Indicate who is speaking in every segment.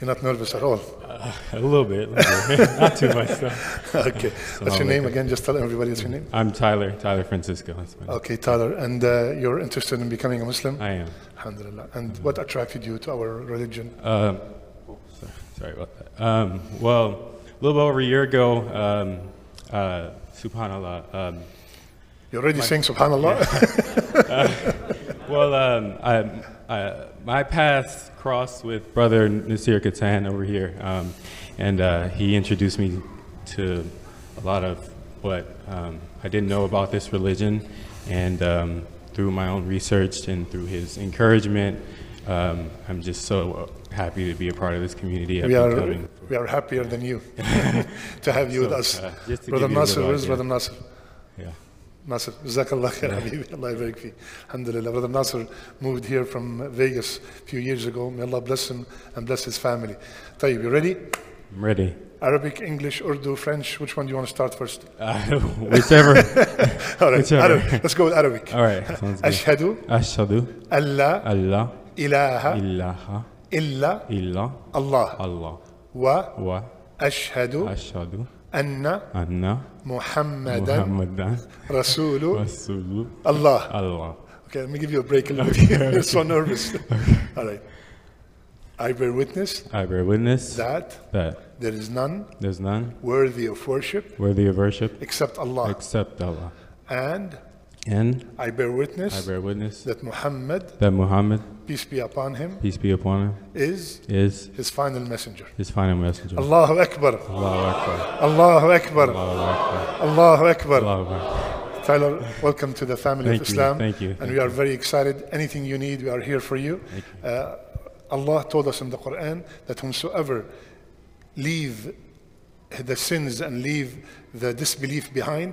Speaker 1: You're not nervous at all.
Speaker 2: A little bit, a little bit. not too much though.
Speaker 1: okay. What's your name again? Just tell everybody what's your name.
Speaker 2: I'm Tyler, Tyler Francisco. That's my name.
Speaker 1: Okay, Tyler. And uh, you're interested in becoming a Muslim?
Speaker 2: I am.
Speaker 1: Alhamdulillah. And what attracted you to our religion?
Speaker 2: Um, oh, sorry, sorry about that. Um, well, a little over a year ago, um, uh, Subhanallah. Um,
Speaker 1: You're already saying subhanAllah?
Speaker 2: well, um, I, I, my paths crossed with Brother Nasir Katan over here, um, and uh, he introduced me to a lot of what um, I didn't know about this religion, and um, through my own research and through his encouragement, um, I'm just so happy to be a part of this community. I've
Speaker 1: we
Speaker 2: been
Speaker 1: are
Speaker 2: coming-
Speaker 1: we are happier than you to have you with
Speaker 2: So,
Speaker 1: us.
Speaker 2: uh, just to
Speaker 1: Brother
Speaker 2: give you a
Speaker 1: Nasser,
Speaker 2: little
Speaker 1: where's
Speaker 2: idea.
Speaker 1: Brother Nasser?
Speaker 2: yeah.
Speaker 1: Nasser, Jazakallah khair, Habibi, Allah يبارك فيك. Alhamdulillah. Brother Nasser moved here from Vegas a few years ago. May Allah bless him and bless his family. Tayyib, you ready?
Speaker 2: I'm ready.
Speaker 1: Arabic, English, Urdu, French. Which one do you want to start first?
Speaker 2: Uh, whichever.
Speaker 1: All right,
Speaker 2: Whichever.
Speaker 1: Arabic. Let's go with Arabic.
Speaker 2: All right. Sounds good.
Speaker 1: أشهد
Speaker 2: Ashhadu
Speaker 1: أن لا
Speaker 2: Allah
Speaker 1: إله
Speaker 2: ilaha
Speaker 1: إلا
Speaker 2: illa
Speaker 1: الله
Speaker 2: Allah wa
Speaker 1: وأشهد
Speaker 2: ashhadu
Speaker 1: أن
Speaker 2: anna
Speaker 1: محمدا
Speaker 2: Muhammadan
Speaker 1: رسول
Speaker 2: Rasulullah.
Speaker 1: الله
Speaker 2: Allah.
Speaker 1: Okay, let me give you a break a little
Speaker 2: Okay.
Speaker 1: bit. You're so nervous. All right. I bear witness
Speaker 2: I bear witness
Speaker 1: that
Speaker 2: that
Speaker 1: there is none
Speaker 2: there's none
Speaker 1: worthy of worship
Speaker 2: worthy of worship
Speaker 1: except Allah.
Speaker 2: except Allah.
Speaker 1: And
Speaker 2: And
Speaker 1: I bear
Speaker 2: I
Speaker 1: witness
Speaker 2: bear witness
Speaker 1: that Muhammad,
Speaker 2: that Muhammad,
Speaker 1: peace be upon him,
Speaker 2: peace be upon him,
Speaker 1: is
Speaker 2: is
Speaker 1: his final messenger.
Speaker 2: his final messenger.
Speaker 1: Allahu Akbar.
Speaker 2: Allahu Akbar.
Speaker 1: Allahu Akbar.
Speaker 2: Allahu Akbar.
Speaker 1: Allahu Akbar.
Speaker 2: Allahu Akbar.
Speaker 1: Tyler, welcome to the family
Speaker 2: Thank
Speaker 1: of
Speaker 2: you,
Speaker 1: Islam.
Speaker 2: thank you,
Speaker 1: And
Speaker 2: thank
Speaker 1: we are very excited. Anything you need, we are here for you. Uh, Allah told us in the Quran that whomsoever leave the sins and leave the disbelief behind,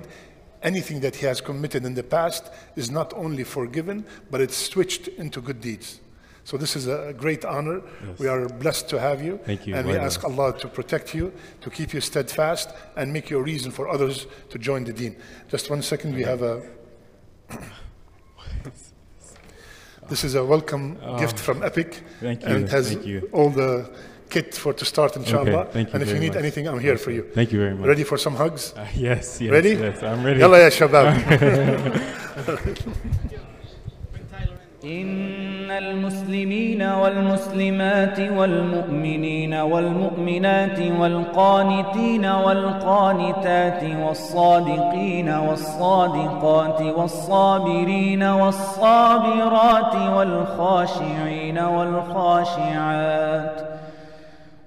Speaker 1: anything that he has committed in the past is not only forgiven, but it's switched into good deeds. So this is a great honor. We are blessed to have you.
Speaker 2: Thank you,
Speaker 1: And we
Speaker 2: likewise.
Speaker 1: ask Allah to protect you, to keep you steadfast, and make you a reason for others to join the deen. Just one second, we have a. This is a welcome gift from Epic.
Speaker 2: Ah. Thank
Speaker 1: And
Speaker 2: you,
Speaker 1: it has
Speaker 2: thank you.
Speaker 1: all the kit for to start, inshallah.
Speaker 2: thank you
Speaker 1: and if you
Speaker 2: very
Speaker 1: need
Speaker 2: much.
Speaker 1: anything, I'm here for you.
Speaker 2: Thank you very much.
Speaker 1: Ready for some hugs?
Speaker 2: Uh, yes, yes.
Speaker 1: Ready?
Speaker 2: Yes, I'm ready.
Speaker 1: يلا يا شباب.
Speaker 3: إن المسلمين والمسلمات والمؤمنين والمؤمنات والقانتين والقانتات والصادقين والصادقات والصابرين والصابرات والخاشعين والخاشعات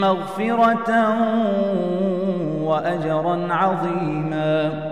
Speaker 3: مغفرة وأجرا عظيما